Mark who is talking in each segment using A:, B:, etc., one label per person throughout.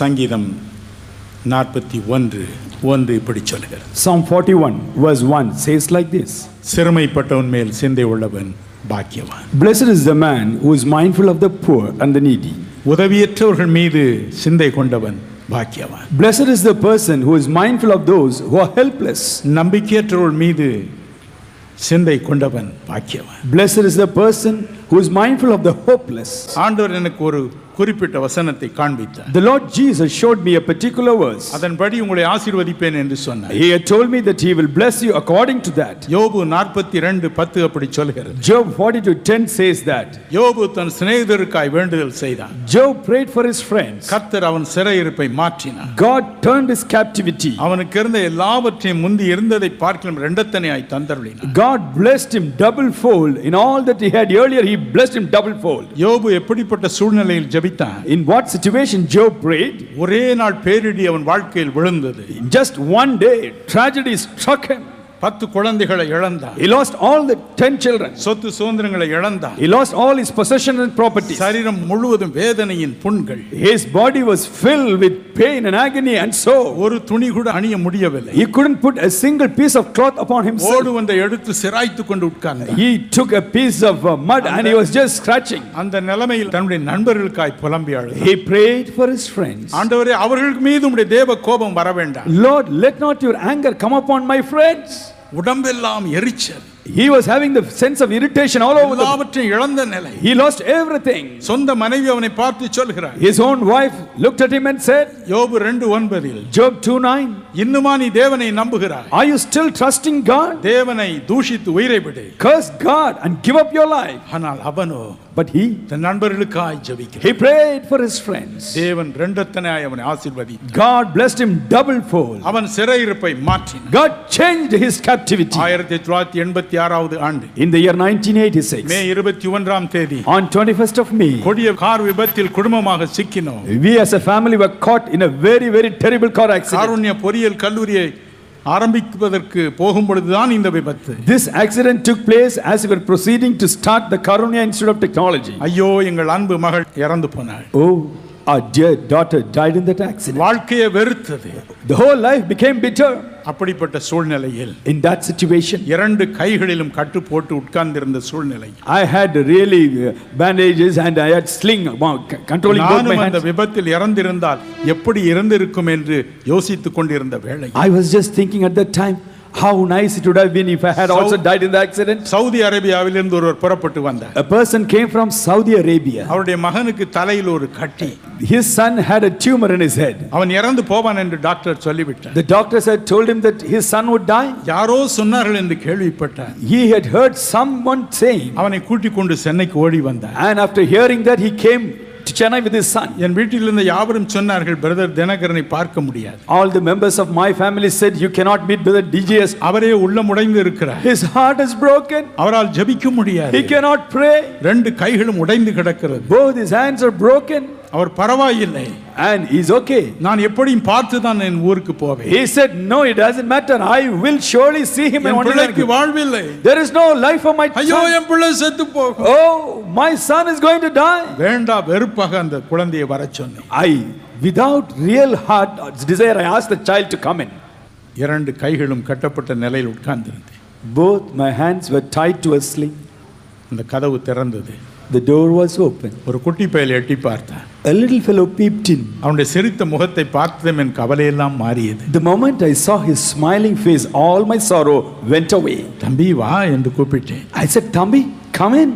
A: சங்கீதம் நாற்பத்தி ஒன்று ஒன்று இப்படி சொல்கிறது
B: Psalm 41, verse 1 says like this
A: சிறுமைப்பட்டவன் மேல் சிந்தை உள்ளவன் பாக்கியவான்
B: Blessed is the man who is mindful of the poor and the needy.
A: உதவியற்றவர்கள் மீது சிந்தை கொண்டவன் பாக்கியவான்
B: Blessed is the person who is mindful of those who are helpless.
A: நம்பிக்கையற்றவர்கள் மீது சிந்தை கொண்டவன் பாக்கியவான்
B: Blessed is the person who is mindful of the hopeless.
A: ஆண்டவர் எனக்கு ஒரு குறிப்பிட்ட வசனத்தை காண்பித்தார்
B: The Lord Jesus showed me a particular verse.
A: அதன்படி உங்களை ஆசீர்வதிப்பேன் என்று சொன்னார்
B: He had told me that He will bless you according to that.
A: யோபு நாற்பத்தி ரெண்டு பத்து அப்படி சொல்கிறது
B: Job 42 10 says that.
A: யோபு தன் சிநேகிதருக்காய் வேண்டுதல் செய்தான்
B: Job prayed for his friends.
A: கர்த்தர் அவன் சிறையிருப்பை மாற்றினார்
B: God turned his captivity.
A: அவனுக்கு இருந்த எல்லாவற்றையும் முந்தி இருந்ததை பார்க்கலாம் இரண்டத்தனையாய் தந்தருளினார்
B: God blessed him double fold. In all that he had earlier, He blessed him double fold.
A: யோபு எப்படிப்பட்ட சூழ்நிலையில் ஜெபித்தான்
B: In what situation Job prayed?
A: ஒரே நாள் பேரிடி அவன் வாழ்க்கையில் விழுந்தது
B: In just one day, tragedy struck him.
A: பத்து குழந்தைகளை இழந்தான்
B: He lost all the 10 children.
A: சொத்து சுதந்திரங்களை இழந்தான்
B: He lost all his possession and property.
A: சரீரம் முழுவதும் வேதனையின் புண்கள்
B: His body was filled with pain and agony, and so
A: ஒரு துணி கூட அணிய முடியவில்லை
B: he couldn't put a single piece of cloth upon
A: ஓடு
B: himself.
A: வந்த எடுத்து சிராய்த்து கொண்டு உட்கார்ந்தான்
B: He took a piece of uh, mud and he was just scratching.
A: அந்த நிலைமையில் தன்னுடைய நண்பர்களுக்காய் புலம்பி அழுதான்
B: He prayed for his friends.
A: ஆண்டவரே அவர்களுக்கு மீது உடைய தேவ கோபம் வர வேண்டாம்
B: Lord, let not your anger come upon my friends.
A: உடம்பெல்லாம் எரிச்சல்
B: He was having the sense of irritation all over the.
A: எல்லாவற்றையும் இழந்த நிலை
B: He lost everything.
A: சொந்த மனைவி அவனை பார்த்து சொல்கிறார்
B: His own wife looked at him and said,
A: யோபு ரெண்டு ஒன்பதில்
B: Job 2 9,
A: இன்னுமா நீ தேவனை நம்புகிறாய்
B: are you still trusting God?
A: தேவனை தூஷித்து உயிரை விடு
B: Curse God and give up your life.
A: ஆனால் அவனோ
B: But he,
A: than நண்பர்களுக்காய் ஜெபிக்கிறான்
B: he prayed for his friends.
A: தேவன் ரெண்டத்தனாய் அவனை ஆசீர்வதி
B: God blessed him double fold.
A: அவன் சிறையிருப்பை மாற்றினார்
B: God changed his captivity
A: ஆயிரத்தி தொள்ளாயிரத்தி எண்பத்தி ஆறாவது ஆண்டு
B: in the year
A: மே
B: 1986.
A: இருபத்தி ஒன்றாம் தேதி
B: On 21st of May,
A: கொடிய கார் விபத்தில் குடும்பமாக சிக்கினோம்
B: we as a family were caught in a very, very terrible car accident.
A: காருண்ய பொறியியல் கல்லூரியை ஆரம்பிப்பதற்கு போகும் பொழுதுதான் இந்த விபத்து
B: This accident took place as we were proceeding to start the Karunya Institute of Technology.
A: ஐயோ எங்கள் அன்பு மகள் இறந்து போனாள்
B: Oh, our dear daughter died in that accident.
A: வாழ்க்கையை வெறுத்தது
B: The whole life became bitter
A: அப்படிப்பட்ட சூழ்நிலையில்
B: in that situation.
A: இரண்டு கைகளிலும் கட்டு போட்டு உட்கார்ந்திருந்த சூழ்நிலை
B: I had really uh, bandages and I had sling about c- controlling both my
A: நானும் அந்த
B: hands.
A: விபத்தில் இறந்திருந்தால் எப்படி இருந்திருக்கும் என்று யோசித்துக் கொண்டிருந்த வேளை
B: I was just thinking at that time how nice it would have been if I had also died in the accident.
A: Saudi அரேபியாவிலிருந்து ஒருவர் புறப்பட்டு வந்தார்
B: A person came from Saudi Arabia.
A: அவருடைய மகனுக்கு தலையில் ஒரு கட்டி
B: His son had a tumor in his head.
A: அவன் இறந்து போவான் என்று டாக்டர் சொல்லிவிட்டார்
B: The doctors had told him that his son would die.
A: யாரோ சொன்னார்கள் என்று கேள்விப்பட்டார்
B: He had heard someone saying,
A: அவனை கூட்டிக் கொண்டு சென்னைக்கு ஓடி வந்தார்
B: and after hearing that, he came to Chennai with his son.
A: என் வீட்டிலிருந்து யாவரும் சொன்னார்கள் பிரதர் தினகரனை பார்க்க முடியாது
B: All the members of my family said, You cannot meet Brother DJS.
A: அவரே உள்ளம் உடைந்து இருக்கிறார்
B: His heart is broken.
A: அவரால் ஜெபிக்க முடியாது
B: He cannot pray.
A: ரெண்டு கைகளும் உடைந்து கிடக்கிறது
B: Both his hands are broken
A: அவர் பரவாயில்லை
B: and he's okay.
A: நான் எப்படியும் பார்த்து தான் என் ஊருக்கு போவேன்
B: He said, No, it doesn't matter. I will surely see him in
A: N
B: one
A: பிள்ளைக்கு
B: day.
A: வாழ்வில்லை
B: There is no life for my
A: ஐயோ
B: son.
A: என் பிள்ளை செத்து போகும்
B: Oh, my son is going to die.
A: வேண்டா வெறுப்பாக அந்த குழந்தையை வர சொன்னேன்
B: I, without real heart uh, desire, I asked the child to come in.
A: இரண்டு கைகளும் கட்டப்பட்ட நிலையில் உட்கார்ந்திருந்தேன்
B: Both my hands were tied to a sling.
A: அந்த கதவு திறந்தது
B: The door was open.
A: ஒரு குட்டி பயல் எட்டி பார்த்தான்
B: A little fellow peeped in.
A: அவனுடைய சிரித்த முகத்தை பார்த்ததும் என் கவலையெல்லாம் மாறியது
B: The moment I saw his smiling face, all my sorrow went away.
A: தம்பி வா என்று கூப்பிட்டேன்
B: I said, Thambi, come in.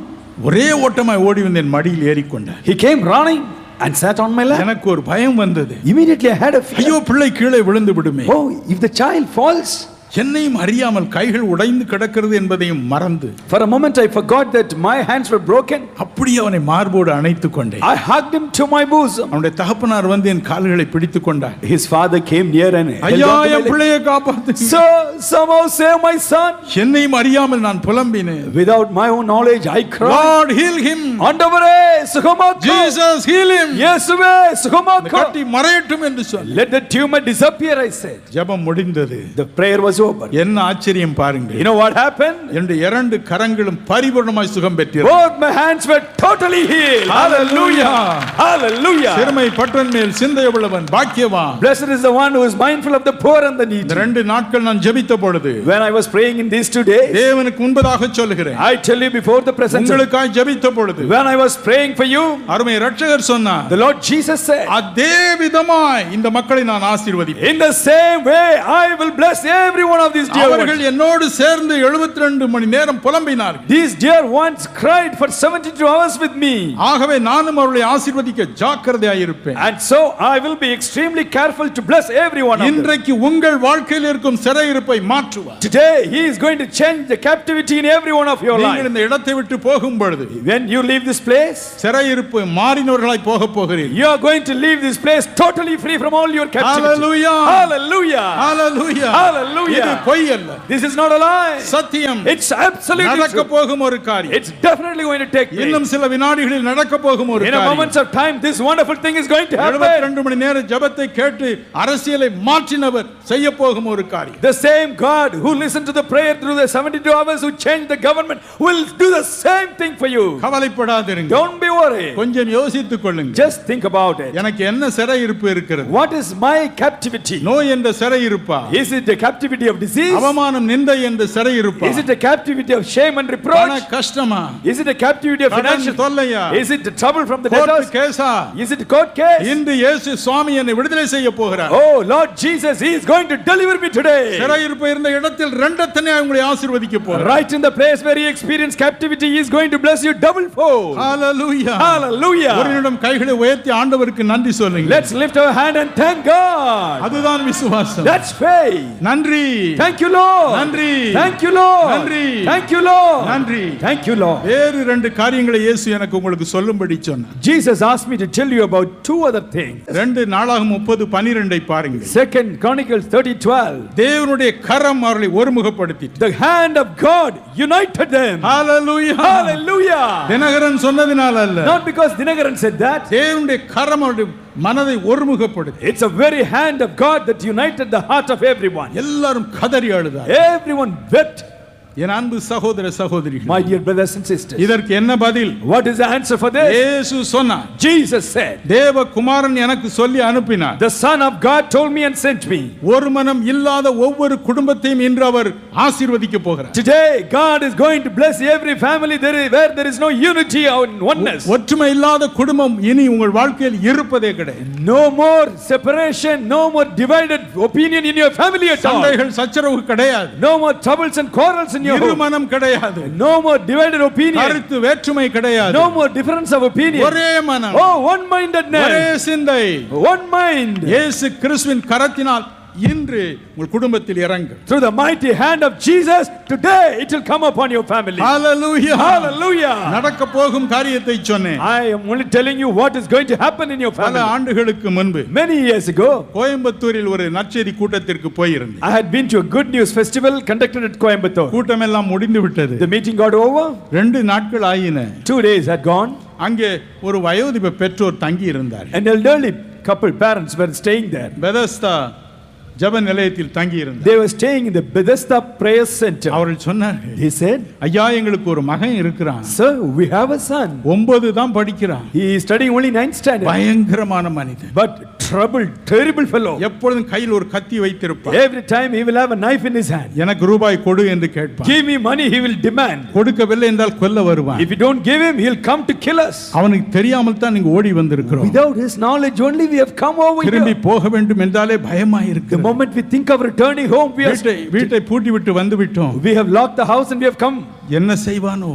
A: ஒரே ஓட்டமாய் ஓடி வந்து என் மடியில் ஏறிக்கொண்டான்
B: He came running and sat on my lap.
A: எனக்கு ஒரு பயம் வந்தது
B: Immediately I had a fear.
A: ஐயோ பிள்ளை கீழே விழுந்து விடுமே
B: Oh, if the child falls.
A: என்னையும் அறியாமல் கைகள் உடைந்து கிடக்கிறது என்பதையும் மறந்து
B: For a moment I forgot that my hands were broken.
A: அப்படியே அவனை மார்போடு அணைத்துக் கொண்டேன்
B: I hugged him to my bosom.
A: அவனுடைய தகப்பனார் வந்து என் கால்களை பிடித்துக் கொண்டார்
B: His father came near and held
A: ஐயா
B: on to my
A: N
B: leg.
A: பிள்ளையை காப்பாத்து
B: Sir, somehow save my son.
A: என்னையும் அறியாமல் நான் புலம்பினேன்
B: Without my own knowledge, I cried.
A: Lord heal him
B: ஆண்டவரே சுகமாக்கு
A: ஜீசஸ் ஹீல் ஹிம்
B: இயேசுவே சுகமாக்கு
A: கட்டி மறையட்டும் என்று சொல்
B: Let the tumor disappear, I said.
A: ஜெபம் முடிந்தது
B: The prayer was opened.
A: என்ன ஆச்சரியம் பாருங்கள்
B: You know what happened?
A: என்னுடைய இரண்டு கரங்களும் பரிபூர்ணமாய் சுகம் பெற்றது
B: Both my hands were totally healed. Hallelujah. Hallelujah.
A: சிறுமை பற்றன் மேல் சிந்தையுள்ளவன் பாக்கியவான்
B: Blessed is the one who is mindful of the poor and the
A: இந்த
B: needy.
A: ரெண்டு நாட்கள் நான் ஜெபித்த பொழுது
B: When I was praying in these two days,
A: தேவனுக்கு முன்பதாக சொல்லுகிறேன்
B: I tell you before the presence, of-
A: உங்களுக்காய் ஜெபித்த பொழுது
B: when I was praying for you,
A: அருமை ரட்சகர் சொன்னார்
B: the Lord Jesus said,
A: அதே விதமாய் இந்த மக்களை நான் ஆசீர்வதிப்பேன்
B: In the same way, I will bless every one of these dear
A: அவர்கள்
B: ones.
A: என்னோடு சேர்ந்து 72 மணி நேரம் புலம்பினார்கள்
B: These dear ones cried for 72 hours with me.
A: ஆகவே நானும் அவர்களை ஆசீர்வதிக்க ஜாக்கிரதையாக இருப்பேன்
B: And so I will be extremely careful to bless every one of them.
A: இன்றைக்கு உங்கள் வாழ்க்கையில் இருக்கும் சிறையிருப்பை மாற்றுவார்
B: Today, He is going to change the captivity in every one of your
A: நீங்கள்
B: life.
A: இந்த இடத்தை விட்டு போகும் பொழுது
B: When you leave this place,
A: சிறையிருப்பு மாறினவர்களாய் போகப் போகிறீர்கள்
B: you are going to leave this place totally free from all your captivity.
A: Hallelujah.
B: Hallelujah.
A: Hallelujah.
B: Hallelujah.
A: இது பொய் அல்ல
B: This is not a lie.
A: சத்தியம்
B: It's absolutely
A: நடக்க
B: true.
A: போகும் ஒரு காரியம்
B: It's definitely going to take place.
A: இன்னும் சில வினாடிகளில் நடக்க போகும் ஒரு
B: In a
A: காரியம்
B: moment of time, this wonderful thing is going to
A: எழுபத்தி
B: happen.
A: ரெண்டு மணி நேர ஜெபத்தை கேட்டு அரசியலை மாற்றினவர் செய்ய போகும் ஒரு காரியம்
B: The same God who listened to the prayer through the 72 hours, who changed the government, will do the same thing for you.
A: கவலைப்படாதிருங்க
B: Don't be worried.
A: கொஞ்சம் யோசித்துக் கொள்ளுங்க
B: Just think about it.
A: எனக்கு என்ன சிறையிருப்பு இருக்கிறது
B: What is my captivity?
A: நோய் என்ற சிறையிருப்பா
B: Is it the captivity of disease?
A: அவமானம் நிந்தை என்ற சிறையிருப்பா
B: Is it the captivity of shame and
A: பண
B: reproach?
A: கஷ்டமா
B: Is it the captivity of
A: கடன்
B: financial?
A: தொல்லையா
B: Is it the trouble from the
A: court
B: debtors?
A: கேஸா
B: Is it court case?
A: இன்று இயேசு சுவாமி என்னை விடுதலை செய்ய போகிறார்
B: Oh Lord Jesus, He is going to deliver me today.
A: சிறையிருப்பு இருந்த இடத்தில் ரெண்டத்தனை உங்களை ஆசீர்வதிக்க போகிறார்
B: Right in the place where you experience captivity, He is going to bless you double fold.
A: ஹalleluya ஒரு
B: Hallelujah.
A: நிமிடம் கைகளை உயர்த்தி ஆண்டவருக்கு நன்றி சொல்லுங்க
B: Let's lift our hand and thank God.
A: அதுதான் விசுவாசம்
B: That's faith.
A: நன்றி
B: Thank you, Lord.
A: Nandri.
B: Thank you, Lord.
A: Nandri.
B: Thank you, Lord.
A: நன்றி
B: Thank you, Lord.
A: வேறு ரெண்டு காரியங்களை இயேசு எனக்கு உங்களுக்கு சொல்லும்படி சொன்னார்
B: Jesus asked me to tell you about two other things.
A: ரெண்டு நாளாக முப்பது பனிரெண்டை பாருங்கள்
B: Second Chronicles 30 12.
A: தேவனுடைய கரம் அவர்களை ஒருமுகப்படுத்திட்டு
B: The hand of God united them.
A: Hallelujah
B: Hallelujah.
A: Dinakaran சொன்னதினால அல்ல
B: Not because Dinagaran said that.
A: தேவனுடைய கரம் அவருடைய மனதை ஒருமுகப்படுத்தி
B: It's a very hand of God that united the heart of everyone.
A: எல்லாரும் கதறி அழுதார்
B: Everyone wept,
A: என் அன்பு சகோதர சகோதரிகள்
B: my dear brothers and sisters.
A: இதற்கு என்ன பதில்
B: What is the answer for this?
A: இயேசு சொன்னார்
B: Jesus said,
A: தேவகுமாரன் எனக்கு சொல்லி அனுப்பினார்
B: The Son of God told me and sent me.
A: ஒரு மனம் இல்லாத ஒவ்வொரு குடும்பத்தையும் இன்று அவர் ஆசீர்வதிக்க போகிறார்
B: Today, God is going to bless every family there is, where there is no unity or oneness.
A: ஒற்றுமை இல்லாத குடும்பம் இனி உங்கள் வாழ்க்கையில் இருப்பதே கிடையாது
B: No more separation, no more divided opinion in your family at all.
A: சண்டைகள் சச்சரவு கிடையாது
B: No more troubles and quarrels in your home.
A: இருமனம் கிடையாது
B: No more divided opinion.
A: கருத்து வேற்றுமை கிடையாது
B: No more difference of opinion.
A: ஒரே மனம்
B: Oh, one
A: ஒரே
B: mindedness.
A: சிந்தை
B: One mind.
A: இயேசு கிறிஸ்துவின் கரத்தினால் இன்று உங்கள் குடும்பத்தில் இறங்கும்
B: Through the mighty hand of Jesus, today it will come upon your family.
A: Hallelujah.
B: Hallelujah.
A: நடக்க போகும் காரியத்தை சொன்னேன்
B: I am only telling you what is going to happen in your
A: பல
B: family.
A: ஆண்டுகளுக்கு முன்பு
B: Many years ago,
A: கோயம்புத்தூரில் ஒரு நற்செய்தி கூட்டத்திற்கு போயிருந்தேன்
B: I had been to a good news festival conducted at Coimbatore.
A: கூட்டமெல்லாம் முடிந்து விட்டது
B: The meeting got over.
A: ரெண்டு நாட்கள் ஆயின
B: Two days had gone.
A: அங்கே ஒரு வயோதிப பெற்றோர் தங்கி இருந்தார்
B: An elderly couple, parents, were staying there.
A: Bethesda ஜெப நிலையத்தில் தங்கி இருந்தார்
B: They were staying in the Bethesda Prayer Center.
A: அவர்கள் சொன்னார்கள்
B: They said,
A: ஐயா எங்களுக்கு ஒரு மகன் இருக்கிறான்
B: Sir, we have a son.
A: ஒன்பது தான் படிக்கிறான்
B: He is studying only ninth standard.
A: பயங்கரமான மனிதன்
B: But troubled, terrible fellow.
A: எப்பொழுதும் கையில் ஒரு கத்தி வைத்திருப்பான்
B: Every time he will have a knife in his hand.
A: எனக்கு ரூபாய் கொடு என்று கேட்பான்
B: Give me money, he will demand.
A: கொடுக்கவில்லை என்றால் கொல்ல வருவான்
B: If you don't give him, he'll come to kill us.
A: அவனுக்கு தெரியாமல் தான் நீங்க ஓடி வந்திருக்கிறோம்
B: Without his knowledge only, we have come over
A: திரும்பி
B: here.
A: போக வேண்டும் என்றாலே பயமா
B: The
A: இருக்கு
B: moment we think of returning home, we
A: வீட்டை
B: are
A: வீட்டை பூட்டி விட்டு வந்து விட்டோம்
B: We have locked the house and we have come.
A: என்ன செய்வானோ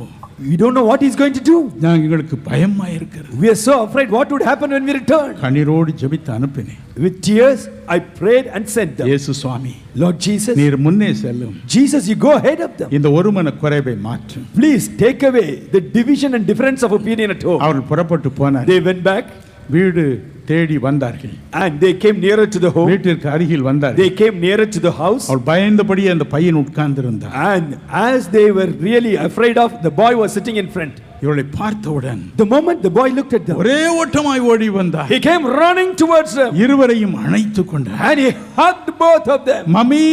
B: We don't know what he's going to do.
A: நான் எங்களுக்கு பயமா இருக்கிறது
B: We are so afraid what would happen when we return.
A: கண்ணீரோடு ஜெபித்து அனுப்பினேன்
B: With tears, I prayed and sent them.
A: இயேசு சுவாமி
B: Lord Jesus,
A: நீர் முன்னே செல்லும்
B: Jesus, you go ahead of them.
A: இந்த ஒருமன குறைவை மாற்றும்
B: Please take away the division and difference of opinion at home.
A: அவர்கள் புறப்பட்டு போனார்
B: They went back
A: வீடு தேடி வந்தார்கள்
B: and they came nearer to the home.
A: வீட்டிற்கு அருகில் வந்தார்கள்
B: They came nearer to the house.
A: அவள் பயந்தபடியே அந்த பையன் உட்கார்ந்து இருந்தார்
B: And as they were really afraid of, the boy was sitting in front.
A: இவளை பார்த்தவுடன்
B: The moment the boy looked at them,
A: ஒரே ஓட்டமாய் ஓடி வந்தார்
B: he came running towards them
A: இருவரையும் அணைத்துக் கொண்டார்
B: and he hugged both of them.
A: Mummy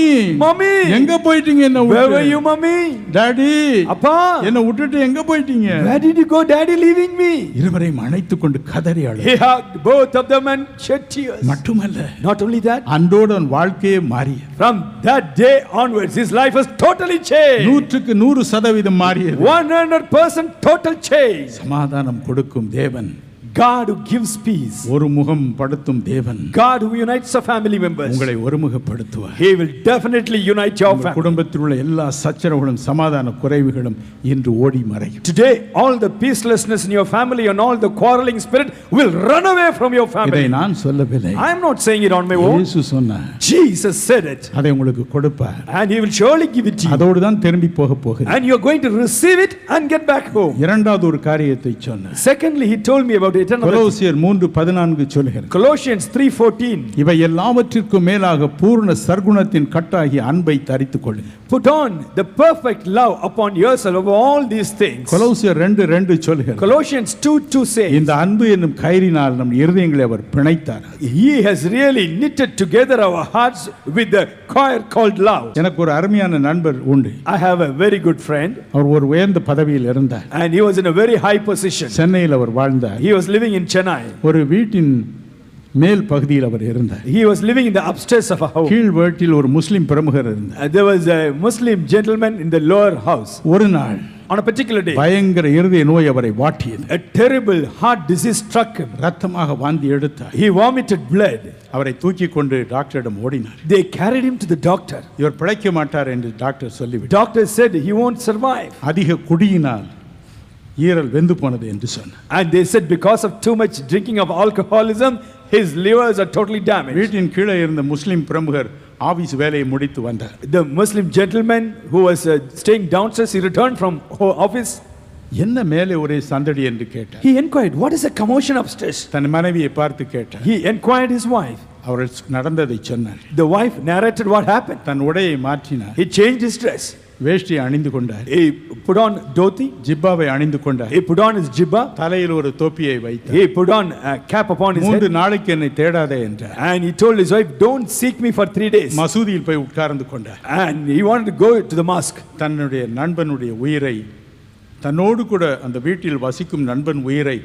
B: Mummy!
A: எங்க போயிட்டீங்க என்ன
B: Where were you,
A: விட்டு?
B: mommy?
A: டாடி
B: Appa,
A: என்ன விட்டுட்டு எங்க போயிட்டீங்க
B: where did you go, daddy, leaving me?
A: இருவரையும் அணைத்துக் கொண்டு கதறி அழு
B: He hugged both of them and shed tears.
A: மட்டுமல்ல
B: Not only that,
A: அன்றோடு அவன் வாழ்க்கையே மாறிய
B: from that day onwards, his life was totally changed.
A: நூற்றுக்கு நூறு சதவீதம் மாறியது
B: 100% total change.
A: சமாதானம் கொடுக்கும் தேவன்
B: God who gives peace,
A: ஒரு முகம் படுத்தும் தேவன்
B: God who unites the family members,
A: உங்களை ஒருமுகப்படுத்துவார்
B: He will definitely unite your
A: உங்கள்
B: family.
A: குடும்பத்தில் உள்ள எல்லா சச்சரவுகளும் சமாதான குறைவுகளும் இன்று ஓடி மறையும்
B: Today, all the peacelessness in your family and all the quarreling spirit will run away from your
A: இதை
B: family.
A: நான் சொல்லவில்லை
B: I am not saying it on my own.
A: இயேசு சொன்னார்
B: Jesus said it,
A: அதை உங்களுக்கு கொடுப்பார்
B: and He will surely give it to you.
A: அதோடு தான் திரும்பி போக போகிறேன்
B: And you are going to receive it and get back home.
A: இரண்டாவது ஒரு காரியத்தை சொன்னார்
B: Secondly, He told me about it. Another
A: கொலோசியர் மூன்று பதினான்கு சொல்கிறது
B: Colossians 3:14.
A: இவை எல்லாவற்றிற்கும் மேலாக பூர்ண சர்க்குணத்தின் கட்டாகி அன்பை தரித்துக் கொள்ளு
B: Put on the perfect love upon yourself of all these things.
A: கொலோசியர் ரெண்டு ரெண்டு சொல்கிறது
B: Colossians 2:2 says,
A: இந்த அன்பு என்னும் கயிறினால் நம் இருதயங்களை அவர் பிணைத்தார்
B: He has really knitted together our hearts with the choir called love.
A: எனக்கு ஒரு அருமையான நண்பர் உண்டு
B: I have a very good friend,
A: அவர் ஒரு உயர்ந்த பதவியில் இருந்தார்
B: and he was in a very high position.
A: சென்னையில் அவர் வாழ்ந்தார்
B: He was living in Chennai.
A: ஒரு வீட்டின் மேல் பகுதியில் அவர் இருந்தார்
B: He was living in the upstairs of a house.
A: கீழ் வீட்டில் ஒரு முஸ்லிம் பிரமுகர் இருந்தார்
B: Uh, There was a Muslim gentleman in the lower house.
A: ஒரு நாள்
B: On a particular day,
A: பயங்கர இருதய நோய் அவரை வாட்டியது
B: a terrible heart disease struck him.
A: ரத்தமாக வாந்தி எடுத்தார்
B: He vomited blood.
A: அவரை தூக்கி கொண்டு டாக்டரிடம் ஓடினார்
B: They carried him to the doctor.
A: இவர் பிழைக்க மாட்டார் என்று டாக்டர் சொல்லிவிட்டார்
B: Doctor said he won't survive.
A: அதிக குடியினால் ஈரல் வெந்து போனது என்று சொன்னார்
B: And they said because of too much drinking of alcoholism, his livers are totally damaged.
A: வீட்டின் கீழே இருந்த முஸ்லிம் பிரமுகர் ஆபீஸ் வேலையை முடித்து வந்தார்
B: The Muslim gentleman who was uh, staying downstairs, he returned from ho- office.
A: என்ன மேலே ஒரே சந்தடி என்று கேட்டார்
B: He inquired, What is the commotion upstairs?
A: தன் மனைவியை பார்த்து கேட்டார்
B: He inquired his wife.
A: அவர்கள் நடந்ததை சொன்னார்
B: The wife narrated what happened.
A: தன் உடையை மாற்றினார்
B: He changed his dress.
A: வேஷ்டியை அணிந்து கொண்டார்
B: He put on dhoti.
A: ஜிப்பாவை அணிந்து கொண்டார்
B: He put on his jibba.
A: தலையில் ஒரு தொப்பியை வைத்தார்
B: He put on a cap upon his
A: மூன்று
B: head.
A: நாளைக்கு என்னை தேடாதே என்றார்
B: And he told his wife, Don't seek me for three days.
A: மசூதியில் போய் உட்கார்ந்து கொண்டார்
B: And he wanted to go to the mosque.
A: தன்னுடைய நண்பனுடைய உயிரை தன்னோடு கூட அந்த வீட்டில் வசிக்கும் நண்பன் உயிரை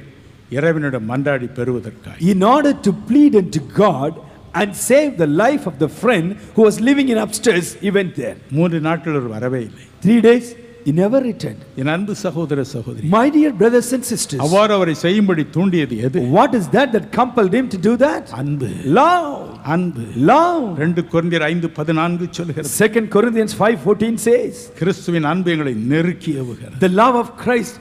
A: இறைவனிடம் மன்றாடி பெறுவதற்காய்
B: in order to plead unto God and save the life of the friend who was living in upstairs, he went there.
A: மூன்று நாட்கள் அவர் வரவே இல்லை
B: Three days, he never returned.
A: என் அன்பு சகோதர சகோதரி
B: My dear brothers and sisters,
A: அவ்வாறு அவரை செய்யும்படி தூண்டியது எது
B: what is that that compelled him to do that?
A: அன்பு
B: Love,
A: அன்பு
B: love.
A: ரெண்டு குழந்தையர் ஐந்து பதினான்கு சொல்கிறது
B: Second Corinthians 5:14 says,
A: கிறிஸ்துவின் அன்பு எங்களை நெருக்கி ஏவுகிறது
B: "The love of Christ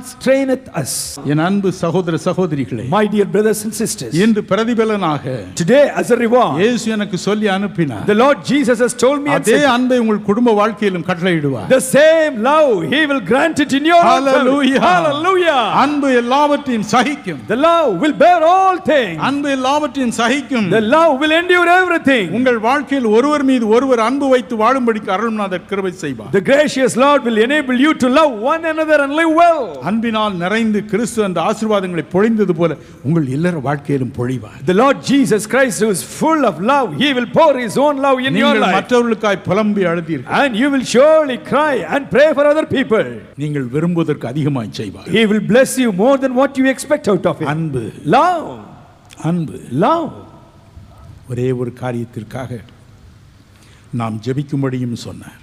B: constraineth us."
A: என் அன்பு சகோதர சகோதரிகளே
B: My dear brothers and sisters,
A: இன்று பிரதிபலனாக
B: today as a reward,
A: இயேசு எனக்கு சொல்லி அனுப்பினார்
B: the Lord Jesus has told me and
A: அதே
B: said,
A: அன்பை உங்கள் குடும்ப வாழ்க்கையிலும் கட்டளையிடுவார்
B: the same love he will grant it in your own family."
A: Hallelujah.
B: Hallelujah.
A: அன்பு எல்லாவற்றையும் சகிக்கும்
B: The love will bear all things.
A: அன்பு எல்லாவற்றையும் சகிக்கும்
B: The love will endure everything.
A: உங்கள் வாழ்க்கையில் ஒருவர் மீது ஒருவர் அன்பு வைத்து வாழும்படிக்கு அருள்நாதர் கிருபை செய்வார்
B: The gracious Lord will enable you to love one another and live well.
A: அன்பினால் நிறைந்து கிறிஸ்து அந்த ஆசீர்வாதங்களை பொழிந்தது போல உங்கள் இல்லற வாழ்க்கையிலும் பொழிவார்
B: The Lord Jesus Christ, who is full of love, he will pour his own love in your
A: நீங்கள்
B: life.
A: மற்றவர்களுக்காய் புலம்பி அழுதீர்கள்
B: And you will surely cry and pray for other people.
A: நீங்கள் விரும்புவதற்கு அதிகமாய் செய்வார்
B: He will bless you more than what you expect out of him.
A: அன்பு
B: Love,
A: அன்பு
B: love.
A: ஒரே ஒரு காரியத்திற்காக நாம் ஜெபிக்கும்படியும் சொன்னார்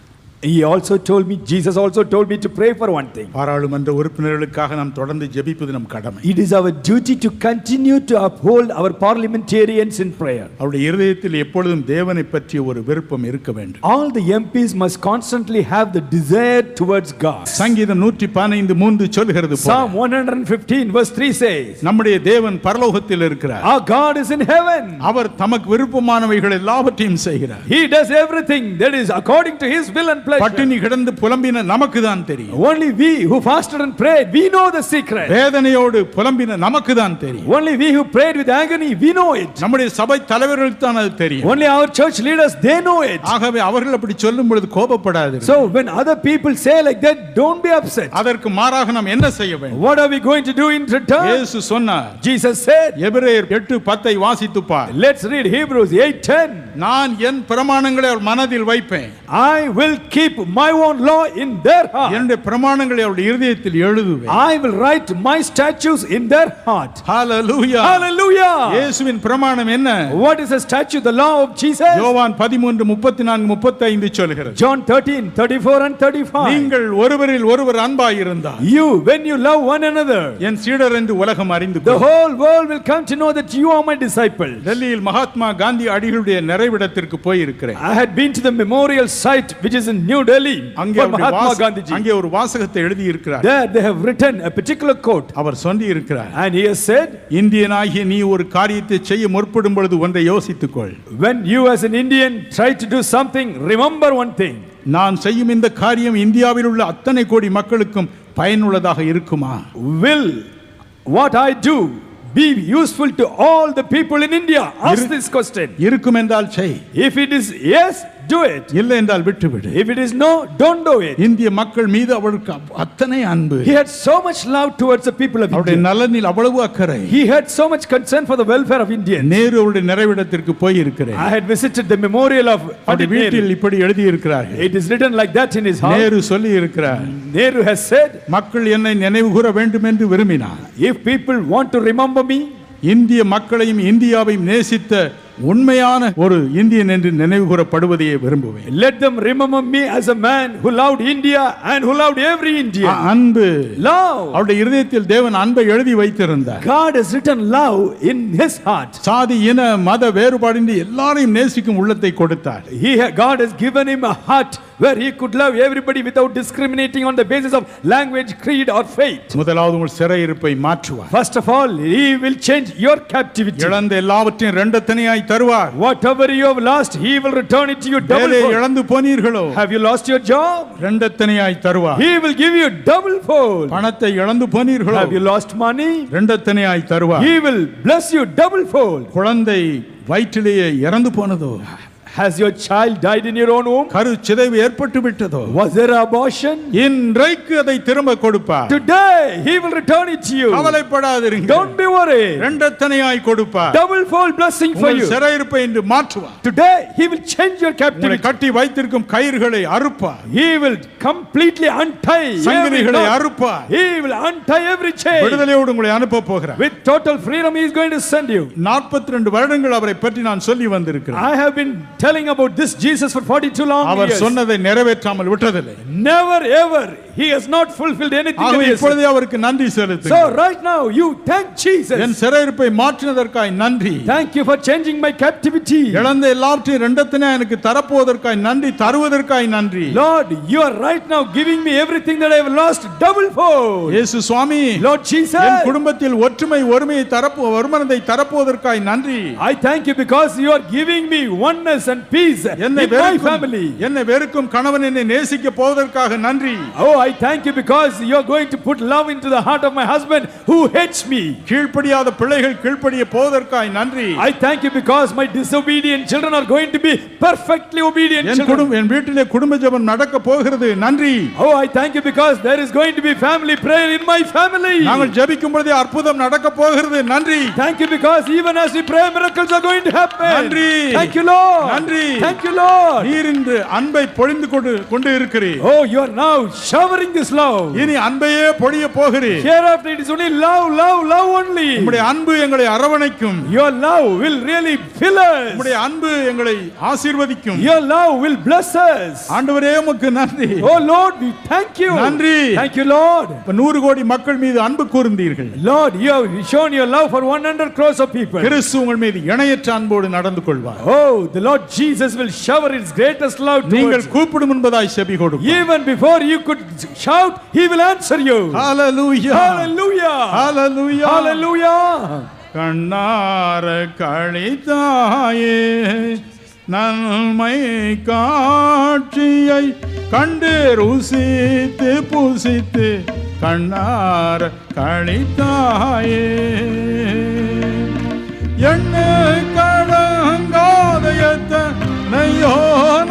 B: He also told me, Jesus also told me to pray for one thing.
A: பாராளுமன்ற உறுப்பினர்களுக்காக நாம் தொடர்ந்து ஜெபிப்பது நம் கடமை
B: It is our duty to continue to uphold our parliamentarians in prayer.
A: அவருடைய இருதயத்தில் எப்பொழுதும் தேவனை பற்றிய ஒரு விருப்பம் இருக்க வேண்டும்
B: All the MPs must constantly have the desire towards God.
A: சங்கீதம் நூற்றி பதினைந்து மூன்று சொல்கிறது போல,
B: Psalm 115, verse 3 says,
A: நம்முடைய தேவன் பரலோகத்தில் இருக்கிறார்
B: Our God is in heaven.
A: அவர் தமக்கு விருப்பமானவைகள் எல்லாவற்றையும் செய்கிறார்
B: He does everything that is according to His will and revelation.
A: பட்டினி கிடந்து புலம்பின நமக்கு தான் தெரியும்
B: Only we who fasted and prayed, we know the secret.
A: வேதனையோடு புலம்பின நமக்கு தான் தெரியும்
B: Only we who prayed with agony, we know it.
A: நம்முடைய சபை தலைவர்களுக்கு தான் அது தெரியும்
B: Only our church leaders, they know it.
A: ஆகவே அவர்கள் அப்படி சொல்லும் பொழுது கோபப்படாது
B: So when other people say like that, don't be upset.
A: அதற்கு மாறாக நாம் என்ன செய்ய வேண்டும்
B: What are we going to do in return?
A: இயேசு சொன்னார்
B: Jesus said,
A: எபிரேயர் எட்டு பத்தை வாசித்துப்பார்
B: let's read Hebrews 8:10.
A: நான் என் பிரமாணங்களை அவர் மனதில் வைப்பேன்
B: I will keep my own law in their heart.
A: என்னுடைய பிரமாணங்களை அவருடைய இருதயத்தில் எழுதுவேன்
B: I will write my statutes in their heart.
A: Hallelujah
B: Hallelujah.
A: இயேசுவின் பிரமாணம் என்ன
B: What is a statute? The law of Jesus?
A: யோவான் பதிமூன்று முப்பத்தி நான்கு முப்பத்தைந்து சொல்கிறது
B: John 13, 34 and 35.
A: நீங்கள் ஒருவரில் ஒருவர் அன்பாய் இருந்தால்
B: You, when you love one another,
A: என் சீடர் என்று உலகம் அறிந்து
B: the
A: கொள்ளும்.
B: whole world will come to know that you are my disciple.
A: டெல்லியில் மகாத்மா காந்தி அடிகளுடைய நிறைவிடத்திற்கு போயிருக்கிறேன்
B: I had been to the memorial site which is in New Delhi for
A: அங்கே அவருடைய
B: Mahatma
A: வாச-
B: Gandhiji.
A: அங்கே ஒரு வாசகத்தை எழுதியிருக்கிறார்
B: There they have written a particular quote
A: அவர் சொல்லி இருக்கிறார்
B: and he has said,
A: இந்தியனாகிய நீ ஒரு காரியத்தை செய்ய முற்படும் பொழுது ஒன்றை யோசித்துக்கொள்
B: when you as an Indian try to do something, remember one thing.
A: நான் செய்யும் இந்த காரியம் இந்தியாவில் உள்ள அத்தனை கோடி மக்களுக்கும் பயனுள்ளதாக இருக்குமா
B: Will what I do be useful to all the people in India? Ask this question.
A: இருக்கும் என்றால் செய்
B: If it is yes, do it.
A: இல்லை என்றால் விட்டுவிடு
B: If it is no, don't do it.
A: இந்திய மக்கள் மீது அவருக்கு அப்- அத்தனை அன்பு
B: He had so much love towards the people of
A: அவருடைய
B: India.
A: நலனில் அவ்வளவு அக்கறை
B: He had so much concern for the welfare of India.
A: Nehru அவருடைய நிறைவிடத்திற்கு போயிருக்கிறேன்
B: I had visited the memorial of
A: அவருடைய
B: Pandit Nehru.
A: வீட்டில் இப்படி எழுதியிருக்கிறார்கள்
B: It is written like that in his heart.
A: Nehru சொல்லி இருக்கிறார்
B: Nehru has said,
A: மக்கள் என்னை நினைவு கூற வேண்டும் என்று விரும்பினார்
B: if people want to remember me,
A: இந்திய மக்களையும் இந்தியாவையும் நேசித்த உண்மையான ஒரு இந்தியன் என்று நினைவு கூறப்படுவதையே விரும்புவேன்
B: let them remember me as a man who loved India and who loved every
A: a-
B: Indian.
A: அன்பு
B: Love.
A: அவருடைய இருதயத்தில் தேவன் அன்பை எழுதி வைத்திருந்தார்
B: God has written love in his heart.
A: சாதி இன மத வேறுபாடின்றி எல்லாரையும் நேசிக்கும் உள்ளத்தை கொடுத்தார்
B: He, God has given him a heart where he could love everybody without discriminating on the basis of language, creed, or faith.
A: முதலாவது உங்கள் சிறையிருப்பை மாற்றுவார்
B: First of all, he will change your captivity.
A: இழந்த எல்லாவற்றையும் ரெண்டு தனியாய் தருவார்
B: Whatever you have lost, he will return it to you double
A: வேலை
B: fold.
A: இழந்து போனீர்களோ
B: Have you lost your job?
A: ரெண்டு தனியாய் தருவார்
B: He will give you double fold.
A: பணத்தை இழந்து போனீர்களோ
B: Have you lost money?
A: ரெண்டு தனியாய் தருவார்
B: He will bless you double fold.
A: குழந்தை வயிற்றிலேயே இறந்து போனதோ
B: Has your child died in your own womb?
A: கரு சிதைவு ஏற்பட்டு விட்டதோ
B: Was there abortion?
A: இன்றைக்கு அதை திரும்ப கொடுப்பார்
B: Today, he will return it to you.
A: கவலைப்படாதிருங்க
B: Don't be worried.
A: இரண்டத்தனையாய் கொடுப்பார்
B: Double fold blessing for
A: உங்கள்
B: you.
A: சிறையிருப்பை இன்று மாற்றுவார்
B: Today, he will change your
A: உங்களை
B: captivity.
A: கட்டி வைத்திருக்கும் கயிறுகளை அறுப்பார்
B: He will completely untie every
A: சங்கிலிகளை
B: knot.
A: அறுப்பார்
B: He will untie every chain.
A: விடுதலையோடு உங்களை அனுப்ப போகிறார்
B: With total freedom, he is going to send you.
A: நாற்பத்தி ரெண்டு வருடங்கள் அவரை பற்றி நான் சொல்லி வந்திருக்கிறேன்
B: I have been telling about this Jesus for 42 long
A: our
B: years.
A: சொன்னதை நிறைவேற்றாமல் விட்டதில்லை
B: Never ever, he has not fulfilled anything. that
A: ஆகவே
B: he has said.
A: இப்பொழுதே அவருக்கு நன்றி
B: So
A: செலுத்து
B: right now, you thank
A: N
B: Jesus.
A: சிறையிருப்பை மாற்றினதற்காய் நன்றி
B: Thank you for changing my captivity.
A: இழந்த எல்லாவற்றையும் இரண்டத்தினே எனக்கு தரப்போவதற்காய் நன்றி தருவதற்காய் நன்றி
B: Lord, you are right now giving me everything that I have lost double fold.
A: இயேசு சுவாமி
B: Lord Jesus,
A: என் குடும்பத்தில் ஒற்றுமை ஒருமையை தரப்பு வருமானத்தை தரப்புவதற்காய் நன்றி
B: I thank you because you are giving me oneness and peace in
A: என்னை
B: my
A: வெறுக்கும்
B: family.
A: என்னை வெறுக்கும் கணவன் என்னை நேசிக்க போவதற்காக நன்றி
B: Oh, I thank you because you are going to put love into the heart of my husband who hates me.
A: கீழ்ப்படியாத பிள்ளைகள் கீழ்ப்படிய போவதற்காய் நன்றி
B: I thank you because my disobedient children are going to be perfectly obedient
A: N
B: children.
A: குடும்பம் என் வீட்டிலே குடும்ப ஜெபம் நடக்க போகிறது நன்றி
B: Oh, I thank you because there is going to be family prayer in my family.
A: நாங்கள் ஜெபிக்கும் பொழுதே அற்புதம் நடக்க போகிறது நன்றி
B: Thank you because even as we pray, miracles are going to happen.
A: நன்றி.
B: Thank you, Lord.
A: நன்றி.
B: Thank you, Lord.
A: நீர் இன்று அன்பை பொழிந்து கொண்டு கொண்டு இருக்கிறீர்
B: Oh, you are now showering this love.
A: இனி அன்பையே பொழிய போகிறீர்
B: Hereafter, it is only love, love, love only.
A: உம்முடைய அன்பு எங்களை அரவணைக்கும்
B: Your love will really fill us.
A: உம்முடைய அன்பு எங்களை ஆசீர்வதிக்கும்
B: Your love will bless us.
A: ஆண்டவரே உமக்கு நன்றி
B: Oh, Lord, we thank you.
A: நன்றி.
B: Thank you, Lord.
A: இப்ப நூறு கோடி மக்கள் மீது அன்பு கூர்ந்தீர்கள்
B: Lord, you have shown your love for 100 crores of people.
A: கிறிஸ்து உங்கள் மீது இணையற்ற அன்போடு நடந்து கொள்வார்
B: Oh, the Lord Jesus will shower his greatest love towards
A: நீங்கள்
B: you.
A: கூப்பிடும் என்பதாய் செபி கொடுக்கும்
B: Even before you could shout, he will answer you.
A: ஹalleluya
B: Hallelujah.
A: ஹalleluya
B: Hallelujah.
A: கண்ணார களித்தாயே நன்மை காட்சியை கண்டு ருசித்து புசித்து கண்ணார கழித்தாயே என்ன கடங்காதயத்தனையோ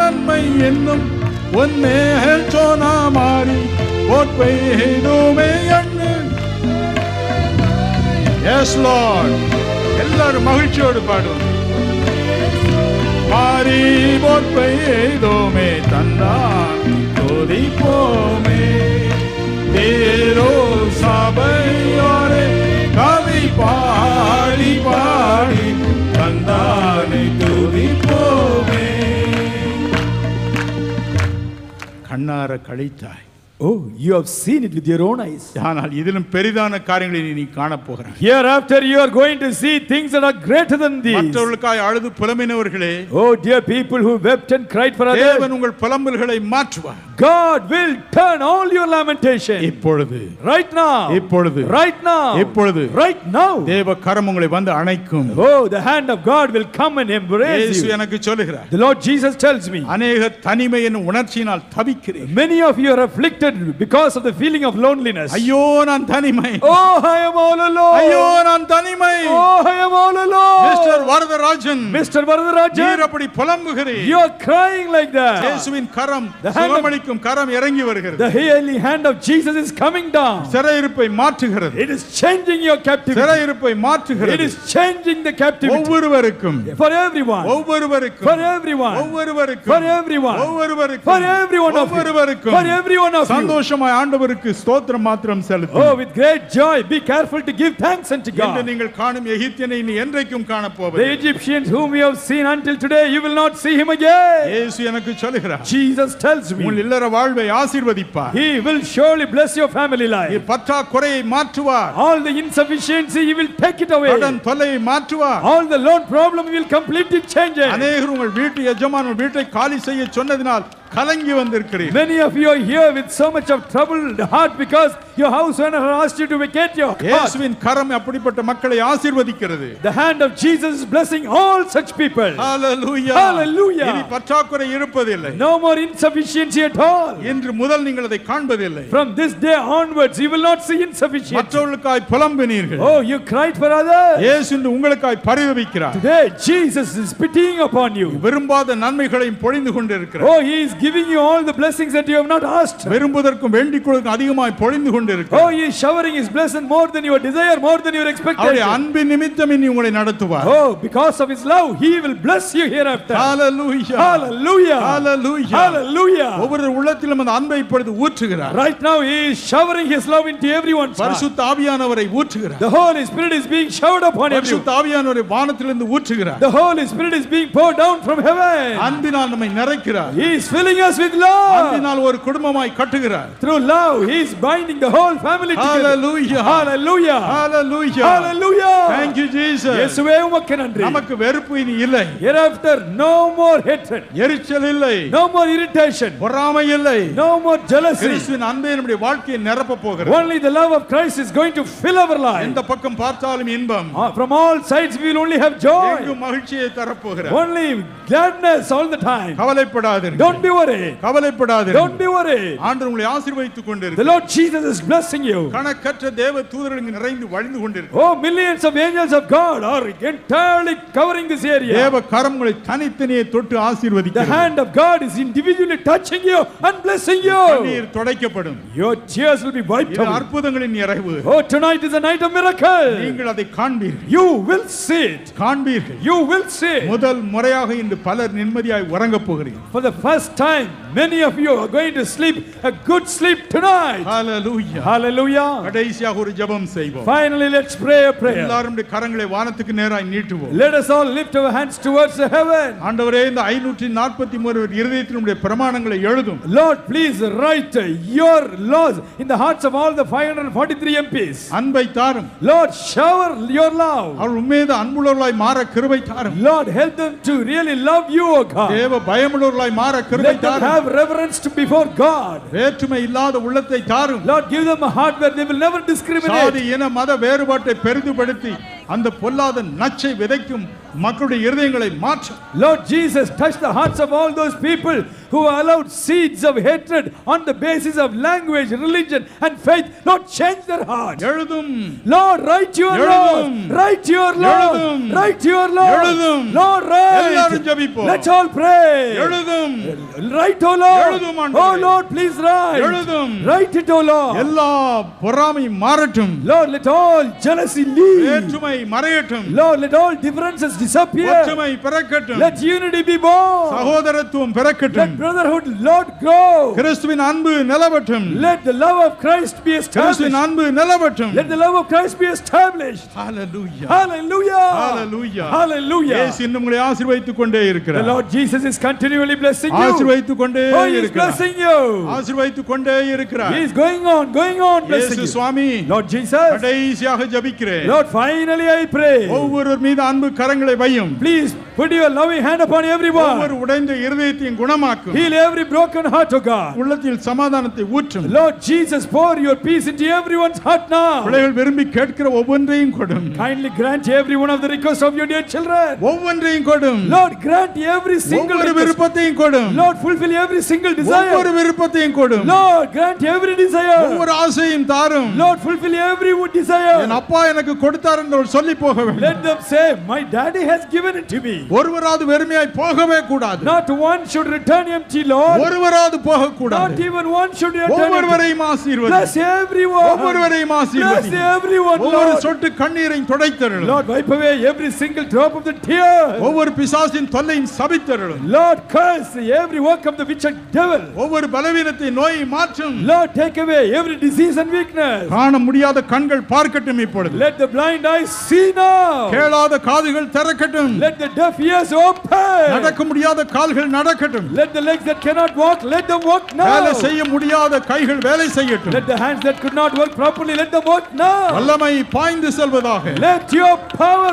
A: நன்மை என்னும் ஒன்னேல் சோனா மாறி போட்பெய்துமே எண்ணு எஸ் லார்ட் எல்லாரும் மகிழ்ச்சியோடு பாடுவோம் மாறி போட்பெய்தோமே தந்தான் துதிப்போமே தேரோ சபையோரே கவி பாடி பாடி தந்தானை துதிப்போமே கண்ணார கழித்தாய்
B: Oh, you have seen it with your own eyes.
A: ஆனால் இதிலும் பெரிதான காரியங்களை நீ- நீ காணப்போகிறாய்
B: Hereafter, you are going to see things that are greater than these.
A: மற்றவர்களுக்காய் அழுது புலம்பினவர்களே
B: Oh, dear people who wept and cried for others,
A: தேவன் உங்கள் புலம்பல்களை மாற்றுவார்
B: God will turn all your lamentation
A: இப்பொழுது
B: right now.
A: இப்பொழுது
B: Right now.
A: இப்பொழுது
B: Right now.
A: தேவ கரம் உங்களை வந்து அணைக்கும்
B: Oh, the hand of God will come and embrace
A: இயேசு
B: you.
A: எனக்கு சொல்லுகிறார்
B: The Lord Jesus tells me,
A: அநேக தனிமை என்னும் உணர்ச்சியினால் தவிக்கிறேன்
B: many of you are afflicted because of the feeling of loneliness.
A: ஐயோ நான் தனிமை
B: Oh, I am all
A: ஐயோ
B: alone.
A: நான் தனிமை
B: Oh, I am all alone.
A: Mister Varadarajan
B: Mr. Varadarajan,
A: நீர் அப்படி புலம்புகிறேன்
B: you are crying like that.
A: இயேசுவின் கரம்
B: The hand of-
A: சுகமளிக்கும் கரம் இறங்கி வருகிறது
B: The healing hand of Jesus is coming down.
A: சிறையிருப்பை மாற்றுகிறது
B: It is changing your captivity.
A: சிறையிருப்பை
B: It
A: மாற்றுகிறது
B: is changing the captivity
A: ஒவ்வொருவருக்கும்
B: for everyone. For
A: ஒவ்வொருவருக்கும்
B: everyone. For
A: ஒவ்வொருவருக்கும்
B: everyone. For
A: ஒவ்வொருவருக்கும்
B: everyone of you. For
A: ஒவ்வொருவருக்கும்
B: everyone of you.
A: சந்தோஷமாய் ஆண்டவருக்கு ஸ்தோத்திரம் மாத்திரம் செலுத்தும்
B: Oh, with great joy, be careful to give thanks unto
A: இன்று
B: God.
A: நீங்கள் காணும் எகிப்தியனை இனி என்றைக்கும்
B: The
A: காணப்போவது
B: Egyptians whom you have seen until today, you will not see him again.
A: இயேசு எனக்கு சொல்லுகிறார்
B: Jesus tells
A: உங்கள்
B: me,
A: இல்லற வாழ்வை ஆசீர்வதிப்பார்
B: He will surely bless your family life.
A: பற்றாக்குறையை மாற்றுவார்
B: All the insufficiency, He will take it away.
A: கடன் தொல்லையை மாற்றுவார்
B: All the loan problem, He will completely change it.
A: அநேகர் உங்கள் வீட்டு எஜமான் உங்கள் வீட்டை காலி செய்ய சொன்னதினால் கலங்கி வந்திருக்கிறீர்கள்
B: Many of you are here with so much of troubled heart because your house owner has asked you to vacate your house.
A: இயேசுவின் கரம் அப்படிப்பட்ட மக்களை ஆசீர்வதிக்கிறது
B: The hand of Jesus is blessing all such people.
A: Ah. Hallelujah.
B: Hallelujah.
A: இனி பற்றாக்குறை இருப்பதில்லை
B: No more insufficiency at all.
A: இன்று முதல் நீங்கள் அதை காண்பதில்லை
B: From this day onwards, you will not see insufficiency.
A: மற்றவர்களுக்காய் புலம்பினீர்கள்
B: Oh, you cried for others.
A: இயேசு இன்று உங்களுக்காய் பரிதவிக்கிறார்
B: Today, Jesus is pitying upon you.
A: விரும்பாத நன்மைகளையும் பொழிந்து கொண்டிருக்கிறார்
B: Oh, He is giving you all the blessings that you have not asked.
A: விரும்புவதற்கும் வேண்டிக் கொள்வதற்கும் அதிகமாய் பொழிந்து கொண்டிருக்கிறார்
B: Oh, He is showering His blessing more than your desire, more than your
A: அவருடைய
B: expectation.
A: அன்பின் நிமித்தம் இனி உங்களை நடத்துவார்
B: Oh, because of His love, He will bless you hereafter.
A: Hallelujah.
B: Hallelujah.
A: Hallelujah.
B: Hallelujah.
A: ஒவ்வொரு உள்ளத்திலும் அந்த அன்பை இப்பொழுது ஊற்றுகிறார்
B: Right now, He is showering His love into everyone's heart.
A: பரிசுத்த ஆவியானவரை ஊற்றுகிறார்
B: The Holy Spirit is being showered upon everyone.
A: பரிசுத்த ஆவியானவரை வானத்திலிருந்து ஊற்றுகிறார்
B: The Holy Spirit is being poured down from heaven.
A: அன்பினால் நம்மை நிறைக்கிறார்
B: He is filling us with love.
A: அன்பினால் ஒரு குடும்பமாய் கட்டுகிறார்
B: Through love, He is binding the whole family together.
A: Hallelujah.
B: Hallelujah.
A: Hallelujah. Thank
B: Hallelujah.
A: you Jesus.
B: இயேசுவே உமக்கு நன்றி.
A: நமக்கு வெறுப்பு இனி இல்லை
B: Hereafter, no more hatred,
A: எரிச்சல் இல்லை
B: no more irritation,
A: பொறாமை இல்லை
B: no more jealousy.
A: கிறிஸ்துவின் அன்பே நம்முடைய வாழ்க்கையை நிரப்ப போகிறது
B: Only the love of Christ is going to fill our life.
A: எந்த பக்கம் பார்த்தாலும் இன்பம்
B: Uh, From all sides, we will only have joy.
A: எங்கும் மகிழ்ச்சியை தரப்போகிறார்
B: Only gladness all the time.
A: கவலைப்படாதீர்கள்
B: Don't be worried. Don't
A: கவலைப்படாதீர்கள்
B: be worried.
A: ஆண்டு உங்களை ஆசீர்வதித்துக்
B: The
A: கொண்டிருக்கிறார்
B: Lord Jesus is blessing you.
A: கணக்கற்ற தேவ தூதர்கள் இங்கு நிறைந்து வழிந்து கொண்டிருக்கிறார்
B: Oh, millions of angels of God are entirely covering this area.
A: தேவ கரம் உங்களை தனித்தனியே தொட்டு
B: The
A: ஆசீர்வதிக்கிறார்
B: hand of God is individually touching you and blessing you.
A: நீர் தொடைக்கப்படும்
B: Your tears will be wiped
A: இது
B: away.
A: அற்புதங்களின் நிறைவு
B: Oh, tonight is a night of miracle.
A: நீங்கள் அதை காண்பீர்கள்
B: You will see it.
A: காண்பீர்கள்
B: You will see it.
A: முதல் முறையாக இன்று பலர் நிம்மதியாய் உறங்கப் போகிறீர்கள்
B: For the first time, many of you are going to sleep a good sleep tonight.
A: Hallelujah
B: Hallelujah.
A: கடைசியாக ஒரு ஜெபம் செய்வோம்
B: Finally, let's pray a prayer.
A: எல்லாரும் நம்முடைய கரங்களை வானத்துக்கு நேராய் நீட்டுவோம்
B: Let us all lift our hands towards the heaven.
A: ஆண்டவரே இந்த ஐநூற்றி நாற்பத்தி மூணு இருதயத்தில் நம்முடைய பிரமாணங்களை எழுதும்
B: Lord, please write your laws in the hearts of all the 543 MPs.
A: அன்பை தாரும்
B: Lord, shower your love.
A: அவர் உண்மையத அன்புள்ளவர்களாய் மாற கிருபை தாரும்
B: Lord, help them to really love you, O God.
A: தேவ பயமுள்ளவர்களாய் மாற கிருபை
B: Let them
A: தாரும்
B: have reverence to before God.
A: வேற்றுமை இல்லாத உள்ளத்தை தாரும்
B: Lord, give them a heart where they will never discriminate.
A: சாதி இன மத வேறுபாட்டை பெரிதுபடுத்தி அந்த பொல்லாத நச்சை விதைக்கும் மக்களுடைய இருதயங்களை மாற்ற
B: Lord Jesus, touch the hearts of all those people who are allowed seeds of hatred on the basis of language, religion, and faith. Lord, change their hearts.
A: எழுதும்
B: Lord, write your
A: எழுதும்.
B: laws. Write your laws.
A: எழுதும்.
B: Write your laws.
A: எழுதும்.
B: Lord,
A: எல்லாரும்
B: write.
A: ஜெபிப்போம்.
B: Let's all pray.
A: எழுதும்
B: Write, O Lord.
A: எழுதும் ஆண்டவரே.
B: Oh Lord, please write.
A: எழுதும்
B: Write it, O Lord.
A: எல்லா பொறாமையும் மாறட்டும்
B: Lord, let all jealousy leave.
A: வேற்றுமை மறையட்டும்
B: Lord, let all differences disappear.
A: ஒற்றுமை பிறக்கட்டும்
B: Let unity be born.
A: சகோதரத்துவம் பிறக்கட்டும்
B: Let brotherhood, Lord, grow.
A: கிறிஸ்துவின் அன்பு நிலவட்டும்
B: Let the love of Christ be
A: கிறிஸ்துவின்
B: established.
A: அன்பு நிலவட்டும்
B: Let the love of Christ be established.
A: Hallelujah.
B: Hallelujah.
A: Hallelujah.
B: Hallelujah.
A: இயேசு இன்னும் உங்களை ஆசீர்வதித்துக் கொண்டே
B: The
A: இருக்கிறார்
B: Lord Jesus is continually blessing you.
A: ஆசீர்வதித்துக் கொண்டே
B: Oh, He is
A: இருக்கிறார்
B: blessing you.
A: ஆசீர்வதித்துக் கொண்டே இருக்கிறார்
B: He is going on, going on blessing
A: இயேசு
B: you.
A: Swami
B: Lord Jesus.
A: கடைசியாக ஜபிக்கிறேன்
B: Lord, finally I pray.
A: ஒவ்வொருவர் மீது அன்பு கரங்களை வையும்
B: Please put your loving hand upon
A: ஒவ்வொரு
B: everyone.
A: உடைந்த இருதயத்தையும் குணமாக்கும்
B: Heal every broken heart, O God.
A: உள்ளத்தில் சமாதானத்தை ஊற்றும்
B: Lord Jesus, pour your peace into everyone's heart now.
A: பிள்ளைகள் விரும்பி கேட்கிற ஒவ்வொன்றையும் கொடும்
B: Kindly grant every one of the requests of your dear children.
A: ஒவ்வொன்றையும் கொடும்
B: Lord, grant every single
A: ஒவ்வொரு
B: request.
A: விருப்பத்தையும் கொடும்
B: Lord, fulfill every single
A: ஒவ்வொரு
B: desire.
A: விருப்பத்தையும் கொடும்
B: Lord, grant every desire.
A: ஒவ்வொரு ஆசையும் தாரும்
B: Lord, fulfill every would
A: N
B: desire.
A: அப்பா எனக்கு கொடுத்தார் என்று அவர் சொல்லி போக வேண்டும்
B: Let them say, My daddy has given it to me.
A: ஒருவராவது வெறுமையாய் போகவே கூடாது
B: Not one should return empty, Lord.
A: ஒருவராவது போக
B: Not
A: கூடாது
B: even one should return empty.
A: ஒவ்வொருவரையும் ஆசீர்வதி
B: Bless everyone.
A: ஒவ்வொருவரையும்
B: Bless
A: ஆசீர்வதி
B: everyone,
A: ஒவ்வொரு
B: Lord.
A: சொட்டு கண்ணீரையும் துடைத்தருளும்
B: Lord, wipe away every single drop of the tear.
A: ஒவ்வொரு பிசாசின் தொல்லையும் சபித்தருளும்
B: Lord, curse every work of the wicked devil.
A: ஒவ்வொரு பலவீனத்தை நோயை மாற்றும்
B: Lord, take away every disease and weakness.
A: காண முடியாத கண்கள் பார்க்கட்டும் இப்பொழுது
B: Let the blind eyes see now.
A: கேளாத காதுகள் திறக்கட்டும்
B: Let the deaf ears open.
A: நடக்க முடியாத கால்கள் நடக்கட்டும்
B: Let the legs that cannot walk, let them walk now.
A: வேலை செய்ய முடியாத கைகள் வேலை செய்யட்டும்
B: Let the hands that could not work properly, let them work now.
A: வல்லமை பாய்ந்து செல்வதாக
B: Let your power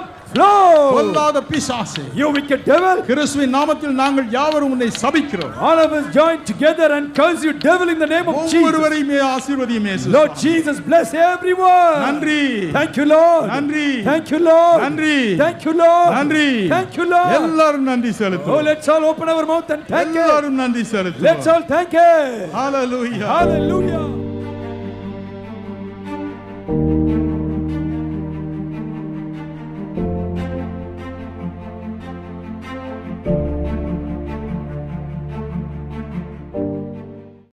B: flow.
A: கொல்லாத பிசாசு
B: You wicked devil,
A: கிறிஸ்துவின் நாமத்தில் நாங்கள் யாவரும் உன்னை சபிக்கிறோம்
B: all of us join together and curse you devil in the name
A: Oh,
B: of Jesus.
A: ஒவ்வொருவரையுமே ஆசீர்வதியும் இயேசு
B: Lord Jesus, bless everyone.
A: நன்றி
B: Thank you, Lord.
A: நன்றி
B: Thank you, Lord.
A: நன்றி.
B: Thank you, Lord.
A: நன்றி
B: Thank you, Lord.
A: எல்லாரும் நன்றி
B: Oh,
A: செலுத்துவோம்
B: let's all open our mouth and thank Him.
A: எல்லாரும் நன்றி
B: Let's
A: செலுத்துவோம்
B: all thank Him.
A: ஹalleluya
B: Hallelujah.